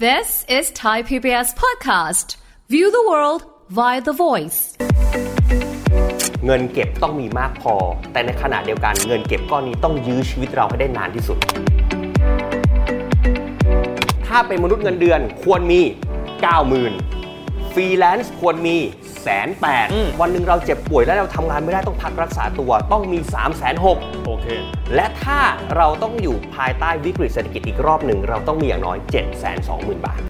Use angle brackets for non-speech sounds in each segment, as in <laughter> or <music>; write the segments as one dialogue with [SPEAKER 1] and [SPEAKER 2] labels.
[SPEAKER 1] This is Thai PBS podcast. View the world via the voice.
[SPEAKER 2] เงินเก็บต้องมีมากพอ แต่ในขณะเดียวกันเงินเก็บก้อนนี้ต้องยื้อชีวิตเราให้ได้นานที่สุด ถ้าเป็นมนุษย์เงินเดือนควรมี 90,000ฟรีแลนซ์ควรมีแสนแปดวันหนึ่งเราเจ็บป่วยแล้วเราทำงานไม่ได้ต้องพักรักษาตัวต้องมี 3 6 0 0 0
[SPEAKER 3] โอเค
[SPEAKER 2] และถ้าเราต้องอยู่ภายใต้วิกฤตเศรษฐกิจอีกรอบหนึ่ง เราต้องมีอย่างน้อย 7 2 0 0 0 0 บาท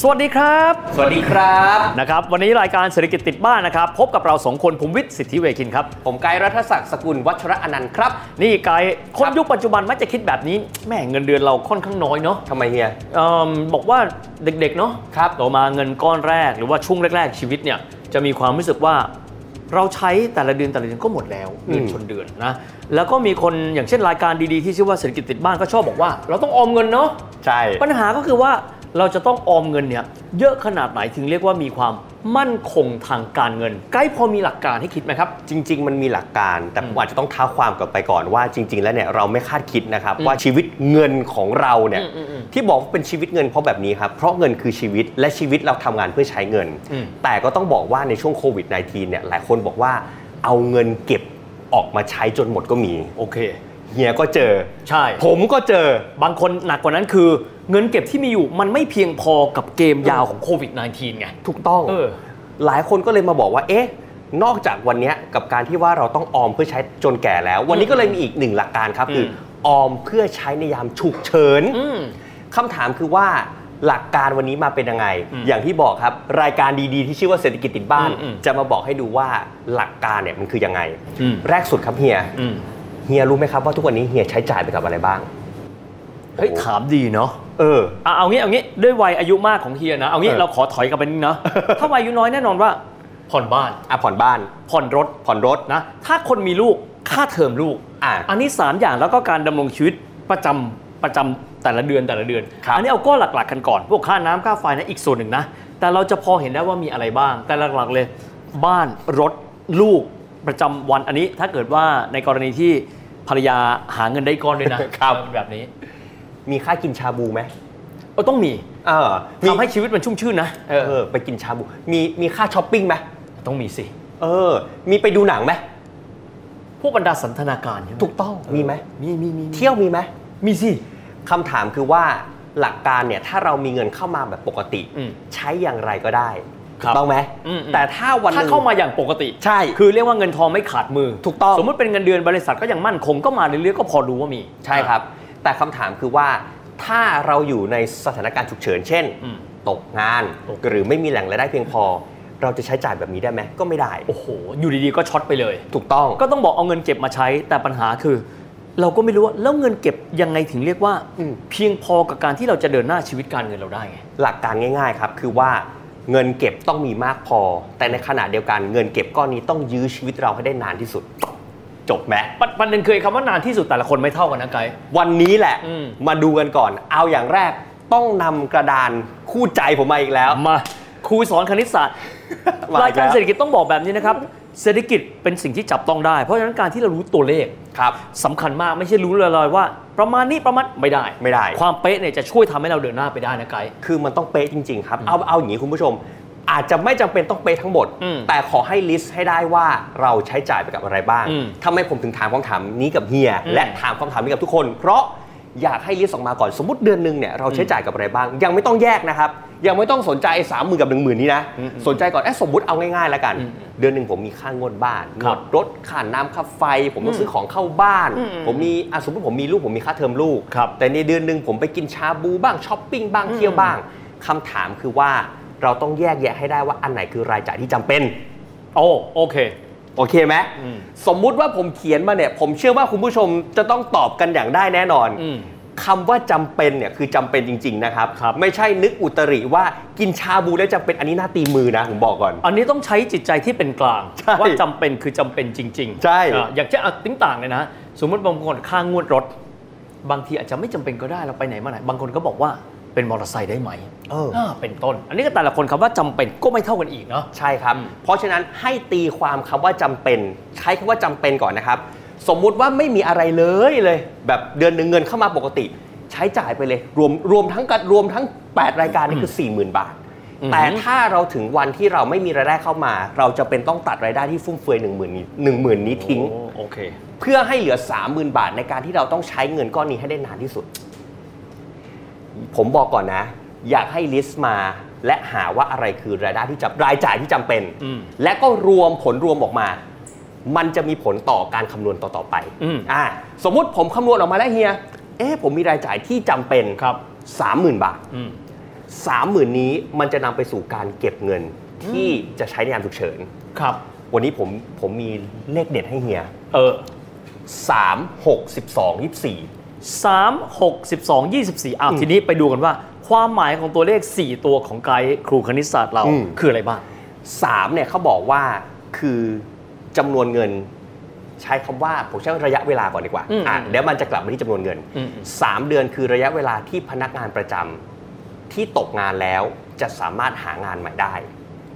[SPEAKER 3] สวัสดีครับ
[SPEAKER 2] สวัสดีครับ
[SPEAKER 3] นะครับ วันนี้รายการเศรษฐกิจติดบ้านนะครับ พบกับเราสองคนผมวิทย์สิทธิเวคินครับ
[SPEAKER 2] ผมไกด์รัฐศักดิ์สกุลวัชระอนันต์ครับ
[SPEAKER 3] นี่กายคนยุคปัจจุบันมักจะคิดแบบนี้แหม่เงินเดือนเราค่อนข้างน้อยเนาะ
[SPEAKER 2] ทำไมเฮีย
[SPEAKER 3] เอมบอกว่าเด็กๆเนาะ
[SPEAKER 2] ครับ
[SPEAKER 3] โตมาเงินก้อนแรกหรือว่าช่วงแรก ๆ ชีวิตเนี่ยจะมีความรู้สึกว่า เราใช้แต่ละเดือนแต่ละเดือนก็หมดแล้วเดือนชนเดือนนะแล้วก็มีคนอย่างเช่นรายการดีๆที่ชื่อว่าเศรษฐกิจติดบ้านก็ชอบบอกว่า เราต้องออมเงินเนาะ
[SPEAKER 2] ใช่
[SPEAKER 3] ปัญหาก็คือว่าเราจะต้องออมเงินเนี่ยเยอะขนาดไหนถึงเรียกว่ามีความมั่นคงทางการเงิน ใกล้พอมีหลักการให้คิดไหมครับ
[SPEAKER 2] จริง ๆ มันมีหลักการ แต่ผมอาจจะต้องท้าความกลับไปก่อนว่าจริง ๆ แล้วเนี่ยเราไม่คาดคิดนะครับ ว่าชีวิตเงินของเราเนี่ยที่บอกว่าเป็นชีวิตเงินเพราะแบบนี้ครับ เพราะเงินคือชีวิตและชีวิตเราทำงานเพื่อใช้เงิน
[SPEAKER 3] อืม
[SPEAKER 2] แต่ก็ต้องบอกว่าในช่วงโควิด -19 เนี่ยหลายคนบอกว่าเอาเงินเก็บออกมาใช้จนหมดก็มี
[SPEAKER 3] โอเค
[SPEAKER 2] เฮียก็เจอ
[SPEAKER 3] ใช่
[SPEAKER 2] ผมก็เจอ
[SPEAKER 3] บางคนหนักกว่านั้นคือ เงินเก็บที่มีอยู่มันไม่เพียงพอกับเกมยาวของโควิด -19 ไง
[SPEAKER 2] ถูกต้อง
[SPEAKER 3] เออ
[SPEAKER 2] หลายคนก็เลยมาบอกว่า เอ๊ะ นอกจากวันเนี้ยกับการที่ว่าเราต้องออมเพื่อใช้จนแก่แล้ว วันนี้ก็เลยมีอีกหนึ่งหลักการครับ คืออ
[SPEAKER 3] ม
[SPEAKER 2] ออมเพื่อใช้ในยามฉุกเฉิน
[SPEAKER 3] อืม
[SPEAKER 2] คำถามคือว่าหลักการวันนี้มาเป็นยังไง
[SPEAKER 3] อืม
[SPEAKER 2] อย่างที่บอกครับ รายการดีๆที่ชื่อว่าเศรษฐกิจติดบ้าน
[SPEAKER 3] อืมอืม
[SPEAKER 2] จะมาบอกให้ดูว่าหลักการเนี่ยมันคือยังไง
[SPEAKER 3] อืม
[SPEAKER 2] แรกสุดครับเฮีย
[SPEAKER 3] อืม
[SPEAKER 2] เฮียรู้ไหมครับว่าทุกวันนี้เฮียใช้จ่ายไปกับอะไรบ้าง
[SPEAKER 3] เฮ้ยถามดีเนาะ
[SPEAKER 2] เออ
[SPEAKER 3] อ่ะเอางี้เอางี้ด้วยวัยอายุมากของเฮียนะเอางี้
[SPEAKER 2] เออ
[SPEAKER 3] เราขอถอยกลับไปนิดนะ <laughs> ถ้าวัยอายุน้อยแน่นอนว่า ผ่อนบ้าน
[SPEAKER 2] อ่ะผ่อนบ้าน
[SPEAKER 3] ผ่อนรถ
[SPEAKER 2] ผ่อนรถ
[SPEAKER 3] นะถ้าคนมีลูกค่าเทอมลูก
[SPEAKER 2] อ่าน
[SPEAKER 3] นี้ 3 อย่างแล้วก็การดำรงชีวิตประจำประจำแต่ละเดือนแต่ละเดือน
[SPEAKER 2] ครับ
[SPEAKER 3] อันี้เอาก้อนหลักๆกันก่อน พวกค่าน้ำค่าไฟนะอีกส่วนหนึ่งนะ แต่เราจะพอเห็นได้ว่ามีอะไรบ้าง แต่หลักๆเลย บ้านรถลูกประจำวันอันนี้ ถ้าเกิดว่าในกรณีที่ภรรยาหาเงินได้ก้อนด้วยนะ ครับแบบนี้
[SPEAKER 2] มีค่ากินชาบูไหม
[SPEAKER 3] เออต้องมี
[SPEAKER 2] เออมี
[SPEAKER 3] ทำให้ชีวิตมันชุ่มชื่นนะ
[SPEAKER 2] เออเออไปกินชาบู มีมีค่าช้อปปิ้งไหม
[SPEAKER 3] ต้องมีสิ
[SPEAKER 2] เออ มีไปดูหนังไหม
[SPEAKER 3] พวกบรรดาสันทนาการใช่ไหม
[SPEAKER 2] ถูกต้องมีไหม
[SPEAKER 3] มีมีมีมี
[SPEAKER 2] เที่ยวมีไหม
[SPEAKER 3] มีสิ
[SPEAKER 2] คำถามคือว่าหลักการเนี่ยถ้าเรามีเงินเข้ามาแบบปกติ
[SPEAKER 3] อืม
[SPEAKER 2] ใช้อย่างไรก็ได้
[SPEAKER 3] ครับ
[SPEAKER 2] ต้องไหม
[SPEAKER 3] อืมอืม
[SPEAKER 2] แต่ถ้าวันห
[SPEAKER 3] ถ้า
[SPEAKER 2] นึ่ง
[SPEAKER 3] เข้ามาอย่างปกติ
[SPEAKER 2] ใช่
[SPEAKER 3] คือเรียกว่าเงินทองไม่ขาดมือ
[SPEAKER 2] ถูกต้อง
[SPEAKER 3] สมมติเป็นเงินเดือนบริษัทก็ยังมั่นคงก็มาเรื่อยๆก็พอรู้ว่ามี
[SPEAKER 2] ใช่ครับ แต่คำถามคือว่าถ้าเราอยู่ในสถานการณ์ฉุกเฉิน เช่น
[SPEAKER 3] อืม
[SPEAKER 2] ตกงาน
[SPEAKER 3] ตก
[SPEAKER 2] หรือไม่มีแหล่งรายได้เพียงพอ เราจะใช้จ่ายแบบนี้ได้ไหมก็ไม่ได้
[SPEAKER 3] โอ้โห อยู่ดีๆก็ช็อตไปเลย
[SPEAKER 2] ถูกต้อง
[SPEAKER 3] ก็ต้องบอกเอาเงินเก็บมาใช้แต่ปัญหาคือ เราก็ไม่รู้ว่าแล้วเงินเก็บยังไงถึงเรียกว่า
[SPEAKER 2] อืม
[SPEAKER 3] เพียงพอกับการที่เราจะเดินหน้าชีวิตการเงินเราได้ไง
[SPEAKER 2] หลักการง่ายๆครับคือว่าเงินเก็บต้องมีมากพอ แต่ในขณะเดียวกันเงินเก็บก้อนนี้ต้องยื้อชีวิตเราให้ได้นานที่สุด จบไหม
[SPEAKER 3] ปัจจุบันเด็นเคยคำว่านานที่สุดแต่ละคนไม่เท่ากันนะไกด์
[SPEAKER 2] วันนี้แหละ
[SPEAKER 3] อืม
[SPEAKER 2] ดูกันก่อน เอาอย่างแรกต้องนำกระดานคู่ใจผมมาอีกแล้ว
[SPEAKER 3] มาครูสอนคณิตศาสตร์
[SPEAKER 2] มา <laughs> อีกแล้ว
[SPEAKER 3] รายการเศรษฐกิจต้องบอกแบบนี้นะครับ เศรษฐกิจเป็นสิ่งที่จับต้องได้ เพราะฉะนั้นการที่เรารู้ตัวเลข
[SPEAKER 2] ครับ
[SPEAKER 3] สำคัญมากไม่ใช่รู้ลอยๆว่า ประมาณนี้ประมาณไม่ได้
[SPEAKER 2] ไม่ได้
[SPEAKER 3] ความเป๊ะเนี่ยจะช่วยทำให้เราเดินหน้าไปได้นะไกด์
[SPEAKER 2] คือมันต้องเป๊ะจริง ๆ ครับ เอาเอาอย่างนี้คุณผู้ชม อาจจะไม่จำเป็นต้องเป๊ะทั้งหมด
[SPEAKER 3] อืม
[SPEAKER 2] แต่ขอให้ลิสต์ให้ได้ว่าเราใช้จ่ายไปกับอะไรบ้าง
[SPEAKER 3] อืม
[SPEAKER 2] ทำไมผมถึงถามคำถามนี้กับเฮีย
[SPEAKER 3] อืม
[SPEAKER 2] และถามคำถามนี้กับทุกคน เพราะอยากให้ลิสต์ออกมาก่อนสมมติเดือนหนึ่งเนี่ยเราใช้จ่ายกับอะไรบ้าง ยังไม่ต้องแยกนะครับ ยังไม่ต้องสนใจสามหมื่นกับหนึ่งหมื่นนี้นะสนใจก่อนเอ๊ะสมมติเอาง่ายๆแล้วกัน
[SPEAKER 3] อืม
[SPEAKER 2] เดือนหนึ่งผมมีค่างวดบ้านง
[SPEAKER 3] ครั
[SPEAKER 2] ว
[SPEAKER 3] บ
[SPEAKER 2] ดรถค่าน้ำค่าไฟ ผมต้องซื้อของเข้าบ้าน
[SPEAKER 3] อืมอืม
[SPEAKER 2] ผมมีอ่ะสมมติผมมีลูกผมมีค่าเทอมลูก
[SPEAKER 3] ครับ
[SPEAKER 2] แต่ในเดือนหนึ่งผมไปกินชาบูบ้างช้อปปิ้งบ้างเที่ยวบ้างคำถามคือว่าเราต้องแยกแยะให้ได้ว่าอันไหนคือรายจ่ายที่จำเป็น
[SPEAKER 3] โอ้โอเค
[SPEAKER 2] โอเคไหม
[SPEAKER 3] อืม
[SPEAKER 2] สมมุติว่าผมเขียนมาเนี่ย ผมเชื่อว่าคุณผู้ชมจะต้องตอบกันอย่างได้แน่นอน
[SPEAKER 3] อืม
[SPEAKER 2] คำว่าจำเป็นเนี่ยคือจำเป็นจริง ๆ นะครับ
[SPEAKER 3] ครับ
[SPEAKER 2] ไม่ใช่นึกอุตริว่ากินชาบูแล้วจำเป็นอันนี้หน้าตีมือนะผมบอกก่อน
[SPEAKER 3] อันนี้ต้องใช้จิตใจที่เป็นกลาง
[SPEAKER 2] ใช่
[SPEAKER 3] ว่าจำเป็นคือจำเป็นจริงๆ
[SPEAKER 2] ใช่
[SPEAKER 3] อ่ะอย่างเช่นอ่ะติ้งต่างเลยนะ สมมติบางคนค่างวดรถ บางทีอาจจะไม่จำเป็นก็ได้เราไปไหนมาไหน บางคนก็บอกว่า เป็นมอเตอร์ไซค์ได้ไหม
[SPEAKER 2] เออ
[SPEAKER 3] าเป็นต้น อันนี้ก็แต่ละคนคำว่าจำเป็นก็ไม่เท่ากันอีกเนาะ
[SPEAKER 2] ใช่ครับ เพราะฉะนั้นให้ตีความคำว่าจำเป็น ใช้คำว่าจำเป็นก่อนนะครับ สมมุติว่าไม่มีอะไรเลยเลย แบบเดือนหนึ่งเงินเข้ามาปกติ ใช้จ่ายไปเลย รวมรวมทั้งกันรวมทั้ง 8 รายการนี่คือ 40,000 บาท
[SPEAKER 3] อืม
[SPEAKER 2] แต่ถ้าเราถึงวันที่เราไม่มีรายได้เข้ามา เราจะเป็นต้องตัดรายได้ที่ฟุ่มเฟือย1 0 0 0 0นี้1 0,000 นี้ทิ้ง
[SPEAKER 3] โอ้โอเค
[SPEAKER 2] เพื่อให้เหลือ 30,000 บาทในการที่เราต้องใช้เงินก้อนนี้ให้ได้นานที่สุด ผมบอกก่อนนะ อยากให้ลิสต์มา และหาว่าอะไรคือรายได้ที่จำรายจ่ายที่จำเป็น
[SPEAKER 3] อืม
[SPEAKER 2] และก็รวมผลรวมออกมา มันจะมีผลต่อการคำนวณต่อๆไป
[SPEAKER 3] อืม
[SPEAKER 2] อ่าสมมุติผมคำนวณออกมาแล้วเฮีย เอ๊ะผมมีรายจ่ายที่จำเป็น
[SPEAKER 3] ครับ
[SPEAKER 2] สามหมื่นบาท
[SPEAKER 3] อืม
[SPEAKER 2] สามหมื่นนี้มันจะนำไปสู่การเก็บเงินที่จะใช้ในยามฉุกเฉิน
[SPEAKER 3] ครับ
[SPEAKER 2] วันนี้ผมผมมีเลขเด็ดให้เฮีย
[SPEAKER 3] เออ
[SPEAKER 2] 3 6 12 24
[SPEAKER 3] สามหกสิบสองยี่สิบสี่อ้าว
[SPEAKER 2] อืม
[SPEAKER 3] ทีนี้ไปดูกันว่า ความหมายของตัวเลข 4 ตัวของไกด์ครูคณิตศาสตร์เรา
[SPEAKER 2] อืม
[SPEAKER 3] คืออะไรบ้าง
[SPEAKER 2] 3เนี่ยเขาบอกว่าคือจำนวนเงินใช้คำว่าผมใช้ระยะเวลาก่อนดีกว่า
[SPEAKER 3] อืม
[SPEAKER 2] อ่ะ
[SPEAKER 3] อืม
[SPEAKER 2] เดี๋ยวมันจะกลับมาที่จำนวนเงิน
[SPEAKER 3] อืมอืม
[SPEAKER 2] 3 เดือนคือระยะเวลาที่พนักงานประจำที่ตกงานแล้วจะสามารถหางานใหม่ได้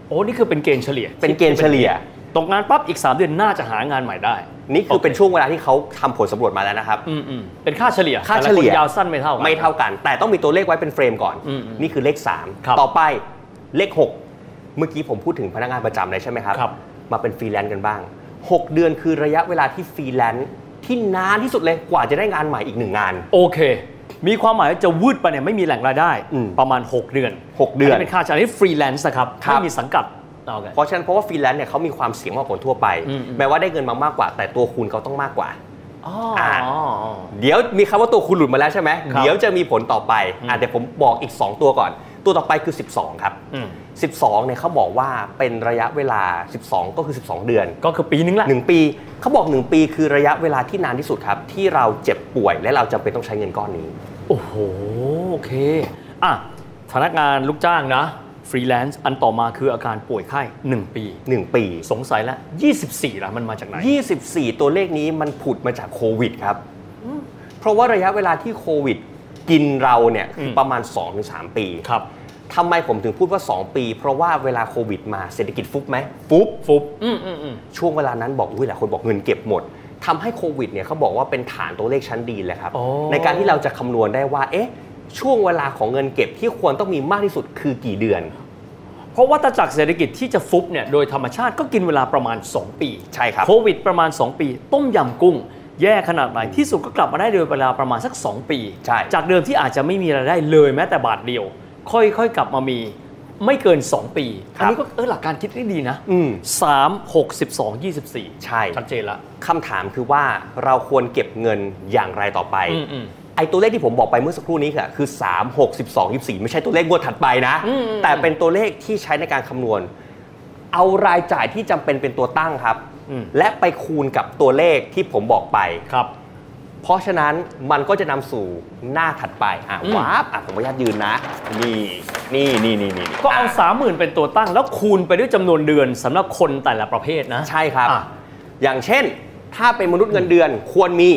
[SPEAKER 3] โอ้นี่คือเป็นเกณฑ์เฉลี่ย
[SPEAKER 2] เป็นเกณฑ์เฉลี่ย
[SPEAKER 3] ตกงานปั๊บอีก 3 เดือนน่าจะหางานใหม่ได้
[SPEAKER 2] นี่คือเป็น
[SPEAKER 3] โอเค
[SPEAKER 2] ช่วงเวลาที่เขาทำผลสำรวจมาแล้วนะครับ
[SPEAKER 3] อืมอืมเป็นค่าเฉลี่ย
[SPEAKER 2] ค่าเฉลี่ย
[SPEAKER 3] แต่ะคนยาวสั้นไม่เท่ากัน
[SPEAKER 2] ไม่เท่ากัน แต่ต้องมีตัวเลขไว้เป็นเฟรมก่อน
[SPEAKER 3] อืมอืม
[SPEAKER 2] นี่คือเลข
[SPEAKER 3] ครับ
[SPEAKER 2] 3 ต่อไปเลข 6 เมื่อกี้ผมพูดถึงพนักงานประจำเลยใช่ไหมครับ
[SPEAKER 3] ครับ
[SPEAKER 2] มาเป็นฟรีแลนซ์กันบ้าง 6 เดือนคือระยะเวลาที่ฟรีแลนซ์ที่นานที่สุดเลยกว่าจะได้งานใหม่อีกหนึ่งงาน
[SPEAKER 3] โอเค มีความหมายว่าจะวืดไปเนี่ยไม่มีแหล่งรายได้
[SPEAKER 2] อืม
[SPEAKER 3] ประมาณ 6 เดือน
[SPEAKER 2] หกเดือน
[SPEAKER 3] เป็นค่าใช้จ่ายที่ฟรีแลนซ์นะครับ
[SPEAKER 2] ครับ
[SPEAKER 3] ไม่มีสังกัดโอเค
[SPEAKER 2] เพราะฉะนั้นเพราะว่าฟรีแลนซ์เนี่ยเขามีความเสี่ยงมากกว่าคนทั่วไป
[SPEAKER 3] อืมอืม
[SPEAKER 2] แม้ว่าได้เงินมามากกว่า แต่ตัวคุณเขาต้องมากกว่า
[SPEAKER 3] อ๋อ
[SPEAKER 2] เดี๋ยวมีคำว่าตัวคุณหลุดมาแล้วใช่ไหม
[SPEAKER 3] ครับ
[SPEAKER 2] เดี๋ยวจะมีผลต่อไป
[SPEAKER 3] อืม
[SPEAKER 2] อ่ะเดี๋ยวผมบอกอีก 2 ตัวก่อน ตัวต่อไปคือ 12 ครับ
[SPEAKER 3] อืม
[SPEAKER 2] 12เนี่ยเขาบอกว่าเป็นระยะเวลา 12 ก็คือ 12 เดือน
[SPEAKER 3] ก็คือปีนึงละ
[SPEAKER 2] 1 ปีเขาบอก 1 ปีคือระยะเวลาที่นานที่สุดครับ ที่เราเจ็บป่วยและเราจำเป็นต้องใช้เงินก้อนนี้
[SPEAKER 3] โอ้โห โอเค อ่ะ พนักงานลูกจ้างนะ ฟรีแลนซ์อันต่อมาคืออาการป่วยไข้ 1 ปี
[SPEAKER 2] 1 ปี
[SPEAKER 3] สงสัยละ24ละมันมาจากไหน
[SPEAKER 2] 24 ตัวเลขนี้มันผุดมาจากโควิดครับ เพราะว่าระยะเวลาที่โควิด กินเราเนี่ยคืออ
[SPEAKER 3] ม
[SPEAKER 2] ประมาณ 2-3 ปี
[SPEAKER 3] ครับ
[SPEAKER 2] ทำไมผมถึงพูดว่า 2 ปี เพราะว่าเวลาโควิดมาเศรษฐกิจฟุบไหมฟุบฟุบ
[SPEAKER 3] อืมอืมอืม
[SPEAKER 2] ช่วงเวลานั้นบอกอุ้ยหลายคนบอกเงินเก็บหมดทำให้โควิดเนี่ยเขาบอกว่าเป็นฐานตัวเลขชั้นดีเลยครับ
[SPEAKER 3] อ๋อ
[SPEAKER 2] ในการที่เราจะคำนวณได้ว่า เอ๊ะ ช่วงเวลาของเงินเก็บที่ควรต้องมีมากที่สุดคือกี่เดือน
[SPEAKER 3] เพราะว่าตาจากเศรษฐกิจที่จะฟุบเนี่ยโดยธรรมชาติก็กินเวลาประมาณ 2 ปี
[SPEAKER 2] ใช่ครับ
[SPEAKER 3] โควิดประมาณ 2 ปี ต้มยำกุ้ง แย่ขนาดไหนที่สุดก็กลับมาได้โดยเวลาประมาณสัก 2 ปี
[SPEAKER 2] ใช่
[SPEAKER 3] จากเดิมที่อาจจะไม่มีรายได้เลยแม้แต่บาทเดียว ค่อยๆกลับมามีไม่เกิน 2 ปีอันี้ก็เออหลักการคิดได้ดีนะ
[SPEAKER 2] อืม
[SPEAKER 3] สามหกสิบสองยี่สิบสี่
[SPEAKER 2] ใช่
[SPEAKER 3] ชัดเจนละ
[SPEAKER 2] คำถามคือว่าเราควรเก็บเงินอย่างไรต่อไป
[SPEAKER 3] อืมอืม
[SPEAKER 2] ไอ้ตัวเลขที่ผมบอกไปเมื่อสักครู่นี้ค่ะคือ 3 6 12 24 ไม่ใช่ตัวเลขงวดถัดไปนะ
[SPEAKER 3] อืมอืม
[SPEAKER 2] แต่เป็นตัวเลขที่ใช้ในการคำนวณ เอารายจ่ายที่จำเป็นเป็นตัวตั้งครับ
[SPEAKER 3] อืม
[SPEAKER 2] และไปคูณกับตัวเลขที่ผมบอกไป
[SPEAKER 3] ครับ
[SPEAKER 2] เพราะฉะนั้นมันก็จะนำสู่หน้าถัดไปอ่ะ
[SPEAKER 3] อืม
[SPEAKER 2] ว้าบอ่ะผมขออนุญาตยืนนะ นี่นี่นี่นี่นี่
[SPEAKER 3] ก็เอา
[SPEAKER 2] ะ
[SPEAKER 3] สามหมื่นเป็นตัวตั้งแล้วคูณไปด้วยจำนวนเดือนสำหรับคนแต่ละประเภทนะ
[SPEAKER 2] ใช่ครับ
[SPEAKER 3] อ่ะ
[SPEAKER 2] อย่างเช่น ถ้าเป็นมนุษย์เงินเดือนควรมี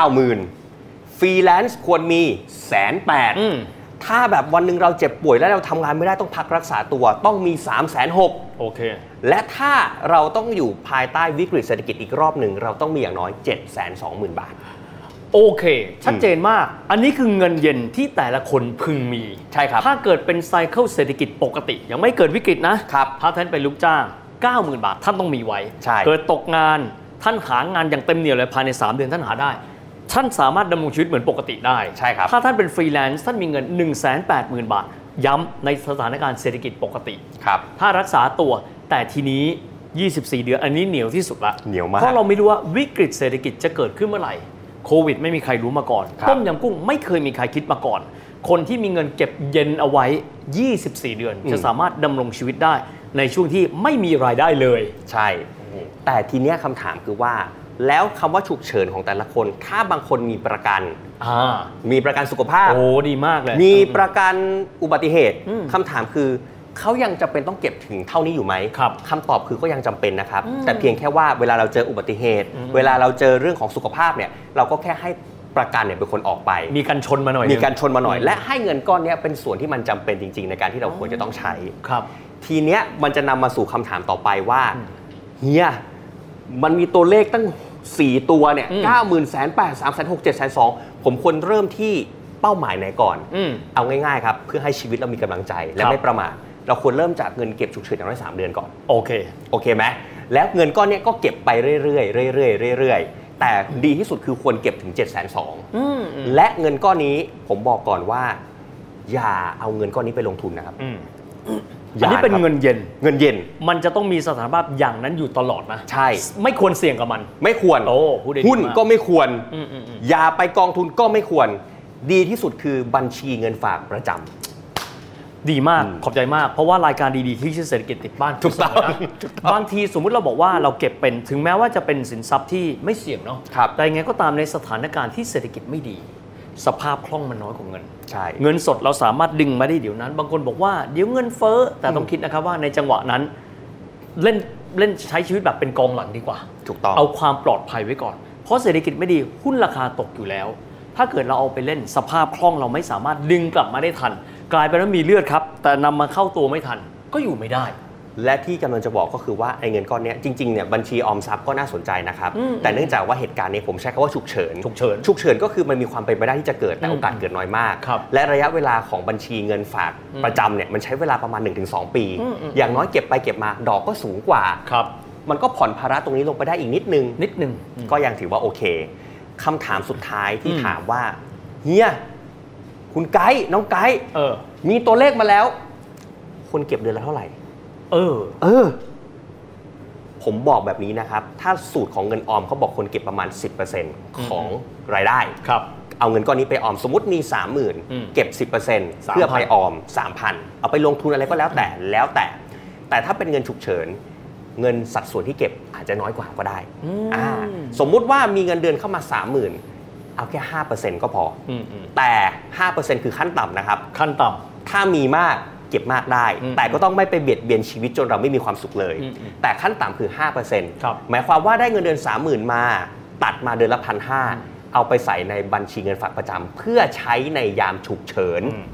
[SPEAKER 2] 90,000ฟรีแลนซ์ควรมีแสนแปด
[SPEAKER 3] อืม
[SPEAKER 2] ถ้าแบบวันหนึ่งเราเจ็บป่วยและเราทำงานไม่ได้ต้องพักรักษาตัวต้องมี 3 6 0 0
[SPEAKER 3] โอเค
[SPEAKER 2] 0และถ้าเราต้องอยู่ภายใต้วิกฤตเศรษฐกิจอีกรอบหนึ่ง เราต้องมีอย่างน้อย 7 2 0 0 0 0 บาท
[SPEAKER 3] โอเค ชัดเจนมาก อันนี้คือเงินเย็นที่แต่ละคนพึงมี
[SPEAKER 2] ใช่ครับ
[SPEAKER 3] ถ้าเกิดเป็นไซเคิลเศรษฐกิจปกติ ยังไม่เกิดวิกฤตนะครับ ถ้าท่านเป็นลูกจ้าง 90,000 บาทท่านต้องมีไว้
[SPEAKER 2] ใช่
[SPEAKER 3] เกิดตกงานท่านหางานอย่างเต็มเหนี่ยวเลยภายใน 3 เดือนท่านหาได้ ท่านสามารถดำรงชีวิตเหมือนปกติได้
[SPEAKER 2] ใช่ครับ
[SPEAKER 3] ถ้าท่านเป็นฟรีแลนซ์ท่านมีเงิน 180,000 บาท ย้ำในสถานการณ์เศรษฐกิจปกติ
[SPEAKER 2] ครับ
[SPEAKER 3] ถ้ารักษาตัว แต่ทีนี้ 24 เดือน อันนี้เหนียวที่สุดละ
[SPEAKER 2] เหนียวมาก
[SPEAKER 3] เพราะเราไม่รู้ว่าวิกฤตเศรษฐกิจจะเกิดขึ้นเมื่อไหร่ โควิดไม่มีใครรู้มาก่อน
[SPEAKER 2] ครับ
[SPEAKER 3] ต้มยำกุ้งไม่เคยมีใครคิดมาก่อน คนที่มีเงินเก็บเย็นเอาไว้ 24 เดือน จะสามารถดำรงชีวิตได้ ในช่วงที่ไม่มีรายได้เลย
[SPEAKER 2] ใช่ แต่ทีเนี้ยคำถามคือว่า แล้วคำว่าฉุกเฉินของแต่ละคน ถ้าบางคนมีประกัน
[SPEAKER 3] อ่า
[SPEAKER 2] มีประกันสุขภาพ
[SPEAKER 3] โอ้ดีมากเลย
[SPEAKER 2] มีประกันอุบัติเหตุ
[SPEAKER 3] อืม
[SPEAKER 2] คำถามคือเขายังจำเป็นต้องเก็บถึงเท่านี้อยู่ไหม
[SPEAKER 3] ครับ
[SPEAKER 2] ตอบคือก็ยังจำเป็นนะครับ แต่เพียงแค่ว่าเวลาเราเจออุบัติเหตุ เวลาเราเจอเรื่องของสุขภาพเนี่ยเราก็แค่ให้ ประกันเนี่ยเป็นคนออกไป
[SPEAKER 3] มีการชนมาหน่อย
[SPEAKER 2] มีการ
[SPEAKER 3] หง
[SPEAKER 2] ชนมาหน่อย และให้เงินก้อนเนี้ยเป็นส่วนที่มันจำเป็นจริง ๆ ในการที่เราควรจะต้องใช้
[SPEAKER 3] ครับ
[SPEAKER 2] ทีเนี้ยมันจะนำมาสู่คำถามต่อไปว่าเฮียมันมีตัวเลขตั้ง 4 ตัวเนี่ย
[SPEAKER 3] อืม
[SPEAKER 2] เก้าหมื่นแสนแปดสามแสนหกเจ็ดแสนสองผมควรเริ่มที่เป้าหมายไหนก่อน
[SPEAKER 3] อืม
[SPEAKER 2] เอาง่ายๆครับ เพื่อให้ชีวิตเรามีกำลังใจและ
[SPEAKER 3] ครับ
[SPEAKER 2] ไม่ประมาทเราควรเริ่มจากเงินเก็บฉุกเฉินอย่างน้อยสามเดือนก่อน
[SPEAKER 3] โอเค
[SPEAKER 2] โอเคไหมแล้วเงินก้อนเนี้ยก็เก็บไปเรื่อยๆเรื่อยๆเรื่อยๆ แต่ดีที่สุดคือควรเก็บถึง7จ็ดแสนสอง
[SPEAKER 3] อืม
[SPEAKER 2] และเงินก้อนนี้ผมบอกก่อนว่า อย่าเอาเงินก้อนนี้ไปลงทุนนะครับ
[SPEAKER 3] อืม
[SPEAKER 2] อ
[SPEAKER 3] อัน
[SPEAKER 2] ย่า
[SPEAKER 3] นี้เป็น
[SPEAKER 2] ครับ
[SPEAKER 3] เงินเย็น
[SPEAKER 2] เงินเย็น
[SPEAKER 3] มันจะต้องมีสถานภาพอย่างนั้นอยู่ตลอดนะ
[SPEAKER 2] ใช่
[SPEAKER 3] ไม่ควรเสี่ยงกับมัน
[SPEAKER 2] ไม่ควร
[SPEAKER 3] โอ้พูดได้ดี
[SPEAKER 2] หุ้น
[SPEAKER 3] มาก
[SPEAKER 2] ก็ไม่ควร
[SPEAKER 3] อืมอืมอืม
[SPEAKER 2] อย่าไปกองทุนก็ไม่ควร ดีที่สุดคือบัญชีเงินฝากประจำ
[SPEAKER 3] ดีมาก
[SPEAKER 2] อืม
[SPEAKER 3] ขอบใจมาก เพราะว่ารายการดีๆที่ชื่อเศรษฐกิจติดบ้าน
[SPEAKER 2] ถูกต้อง
[SPEAKER 3] เสมนะบางทีสมมุติเราบอกว่าเราเก็บเป็นถึงแม้ว่าจะเป็นสินทรัพย์ที่ไม่เสี่ยงเนาะ
[SPEAKER 2] ครับ
[SPEAKER 3] แต่ยังไงก็ตามในสถานการณ์ที่เศรษฐกิจไม่ดี สภาพคล่องมันน้อยกว่าเงิน
[SPEAKER 2] ใช่
[SPEAKER 3] เงินสดเราสามารถดึงมาได้เดี๋ยวนั้น บางคนบอกว่าเดี๋ยวเงินเฟ้อแต่ต้องคิดนะครับว่าในจังหวะนั้น เล่นเล่นใช้ชีวิตแบบเป็นกองหลังดีกว่า
[SPEAKER 2] ถูกต้อง
[SPEAKER 3] เอาความปลอดภัยไว้ก่อน เพราะเศรษฐกิจไม่ดีหุ้นราคาตกอยู่แล้ว ถ้าเกิดเราเอาไปเล่นสภาพคล่องเราไม่สามารถดึงกลับมาได้ทัน กลายเป็นว่ามีเลือดครับ แต่นำมาเข้าตัวไม่ทัน ก็อยู่ไม่ได้
[SPEAKER 2] และที่กำลังจะบอกก็คือว่าไอ้เงินก้อนเนี้ยจริงๆเนี่ยบัญชีออมทรัพย์ก็น่าสนใจนะครับ แต่เนื่องจากว่าเหตุการณ์เนี้ผมใช้คำว่าฉุกเฉิน
[SPEAKER 3] ฉุกเฉิน
[SPEAKER 2] ฉุกเฉินก็คือมันมีความเป็นไปได้ที่จะเกิดแต่โอกาสเกิดน้อยมาก
[SPEAKER 3] ครับ
[SPEAKER 2] และระยะเวลาของบัญชีเงินฝากประจำเนี่ยมันใช้เวลาประมาณ 1-2 ปี
[SPEAKER 3] อืมอืม
[SPEAKER 2] อย่างน้อยเก็บไปเก็บมาดอกก็สูงกว่า
[SPEAKER 3] ครับ
[SPEAKER 2] มันก็ผ่อนภาระตรงนี้ลงไปได้อีกนิดนึง
[SPEAKER 3] นิดหนึ่ง
[SPEAKER 2] ก็ยังถือว่าโอเค คำถามสุดท้ายที่
[SPEAKER 3] อืม
[SPEAKER 2] ถามว่าเฮียคุณไกด์น้องไกด์
[SPEAKER 3] เออ
[SPEAKER 2] มีตัวเลขมาแล้ว คนเก็บเดือนละเท่าไหร่
[SPEAKER 3] เออ
[SPEAKER 2] เออ ผมบอกแบบนี้นะครับ ถ้าสูตรของเงินออมเขาบอกคนเก็บประมาณ 10%ของรายได้
[SPEAKER 3] ครับ
[SPEAKER 2] เอาเงินก้อนนี้ไปออมสมมติมี
[SPEAKER 3] อืม
[SPEAKER 2] 30,000 เก็บ 10%เ
[SPEAKER 3] 3,000
[SPEAKER 2] พื่อไปออม 3,000 เอาไปลงทุนอะไรก็แล้วแต่แล้วแต่ แต่ถ้าเป็นเงินฉุกเฉิน เงินสัดส่วนที่เก็บอาจจะน้อยกว่าก็ได้อ่าสมมุติว่ามีเงินเดือนเข้ามา 30,000 เอาแค่ 5%ก็พออ
[SPEAKER 3] อืมอืม
[SPEAKER 2] แต่ 5%คือขั้นต่ำนะครับ
[SPEAKER 3] ขั้นต่
[SPEAKER 2] ถ้ามีมากเก็บมากได้
[SPEAKER 3] อืม
[SPEAKER 2] แต่ก็ต้องไม่ไปเบียดเบียนชีวิตจนเราไม่มีความสุขเลย
[SPEAKER 3] อืมอืม
[SPEAKER 2] แต่ขั้นต่ำคือ
[SPEAKER 3] ครับ
[SPEAKER 2] 5%หมายความว่าได้เงินเดือน 30,000 มา ตัดมาเดือนละพันห้าเอาไปใส่ในบัญชีเงินฝากประจำเพื่อใช้ในยามฉุกเฉิน
[SPEAKER 3] อืม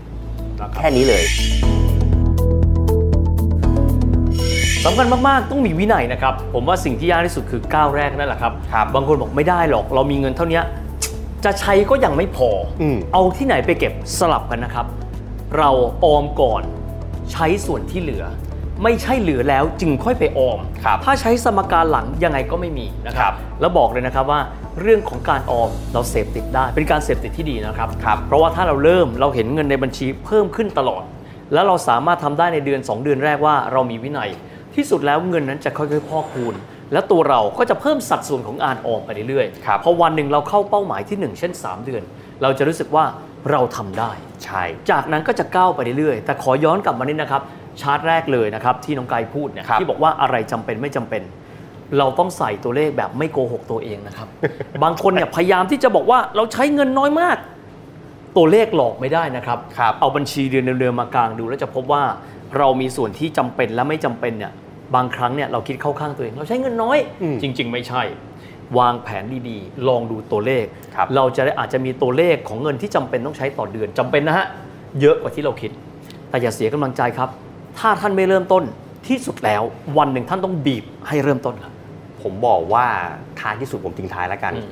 [SPEAKER 3] นะครับ
[SPEAKER 2] แค่นี้เลย
[SPEAKER 3] ำสำคัญมากๆ ต้องมีวินัยนะครับ ผมว่าสิ่งที่ยากที่สุดคือก้าวแรกนั่นแหละครับ
[SPEAKER 2] ครับ
[SPEAKER 3] บางคนบอกไม่ได้หรอก เรามีเงินเท่านี้จะใช้ก็ยังไม่พออ
[SPEAKER 2] ม
[SPEAKER 3] เอาที่ไหนไปเก็บสลับกันนะครับ เราออมก่อนใช้ส่วนที่เหลือ ไม่ใช่เหลือแล้วจึงค่อยไปออม
[SPEAKER 2] ครับ
[SPEAKER 3] ถ้าใช้สมการหลังยังไงก็ไม่มีนะค
[SPEAKER 2] ครั
[SPEAKER 3] รับ
[SPEAKER 2] บ
[SPEAKER 3] แล้วบอกเลยนะครับว่าเรื่องของการออมเราเสพติดได้เป็นการเสพติดที่ดีนะครับ
[SPEAKER 2] ครับ
[SPEAKER 3] เพราะว่าถ้าเราเริ่มเราเห็นเงินในบัญชีเพิ่มขึ้นตลอด แล้วเราสามารถทำได้ในเดือน 2 เดือนแรกว่าเรามีวินัย ที่สุดแล้วเงินนั้นจะค่อยๆพอกพูน และตัวเราก็จะเพิ่มสัดส่วนของการออมไปเรื่อย
[SPEAKER 2] ครับ
[SPEAKER 3] ๆพอวันหนึ่งเราเข้าเป้าหมายที่ 1 เช่น 3 เดือน เราจะรู้สึกว่าเราทำได้
[SPEAKER 2] ใช่
[SPEAKER 3] จากนั้นก็จะก้าวไปเรื่อยๆ แต่ขอย้อนกลับมานิดนะครับ ชาร์ตแรกเลยนะครับ ที่น้องกายพูดเนี่ยที่บอกว่าอะไรจำเป็นไม่จำเป็น เราต้องใส่ตัวเลขแบบไม่โกหกตัวเองนะครับ
[SPEAKER 2] <laughs>
[SPEAKER 3] บางคนเนี่ยพยายามที่จะบอกว่าเราใช้เงินน้อยมาก ตัวเลขหลอกไม่ได้นะครับ
[SPEAKER 2] ครับ
[SPEAKER 3] เอาบัญชีเดือนเดือนมากางดู แล้วจะพบว่าเรามีส่วนที่จำเป็นและไม่จำเป็นเนี่ยบางครั้งเนี่ยเราคิดเข้าข้างตัวเอง เราใช้เงินน้อย
[SPEAKER 2] อืม
[SPEAKER 3] จริง ๆ ไม่ใช่ วางแผนดีๆ ลองดูตัวเลข
[SPEAKER 2] ครับ
[SPEAKER 3] เราจะได้อาจจะมีตัวเลขของเงินที่จำเป็นต้องใช้ต่อเดือนจำเป็นนะฮะเยอะกว่าที่เราคิด แต่อย่าเสียกำลังใจครับ ถ้าท่านไม่เริ่มต้นที่สุดแล้ววันหนึ่งท่านต้องบีบให้เริ่มต้นครับ
[SPEAKER 2] ผมบอกว่าท้ายที่สุดผมทิ้งท้ายแล้วกัน
[SPEAKER 3] อืม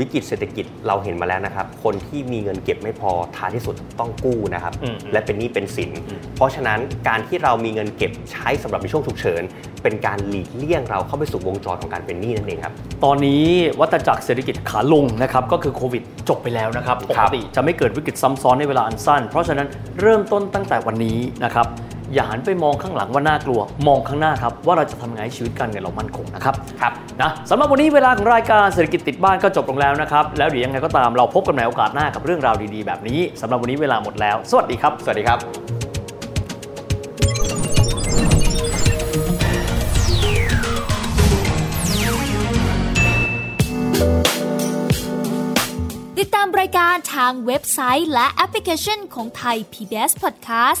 [SPEAKER 2] วิกฤตเศรษฐกิจเราเห็นมาแล้วนะครับ คนที่มีเงินเก็บไม่พอท้ายที่สุดต้องกู้นะครับ
[SPEAKER 3] อืม
[SPEAKER 2] และเป็นหนี้เป็นสิน เพราะฉะนั้นการที่เรามีเงินเก็บใช้สำหรับในช่วงฉุกเฉิน เป็นการหลีกเลี่ยงเราเข้าไปสู่วงจรของการเป็นหนี้นั่นเองครับ
[SPEAKER 3] ตอนนี้วัฏจักรเศรษฐกิจขาลงนะครับก็คือโควิดจบไปแล้วนะครับป
[SPEAKER 2] ครั
[SPEAKER 3] ก
[SPEAKER 2] บ
[SPEAKER 3] ติจะไม่เกิดวิกฤตซ้ำซ้อนในเวลาอันสั้น เพราะฉะนั้นเริ่มต้นตั้งแต่วันนี้นะครับอย่าหันไปมองข้างหลังว่าน่ากลัว มองข้างหน้าครับว่าเราจะทำยังไงให้ชีวิตการเงินเรามั่นคงนะครับ
[SPEAKER 2] ครับ
[SPEAKER 3] นะสำหรับวันนี้เวลาของรายการเศรษฐกิจติดบ้านก็จบลงแล้วนะครับแล้วเดี๋ยวยังไงก็ตามเราพบกันในโอกาสหน้ากับเรื่องราวดีๆแบบนี้สำหรับวันนี้เวลาหมดแล้ว สวัสดีครับ
[SPEAKER 2] สวัสดีครับ
[SPEAKER 4] ติดตามรายการทางเว็บไซต์และแอปพลิเคชันของไทย PBS Podcast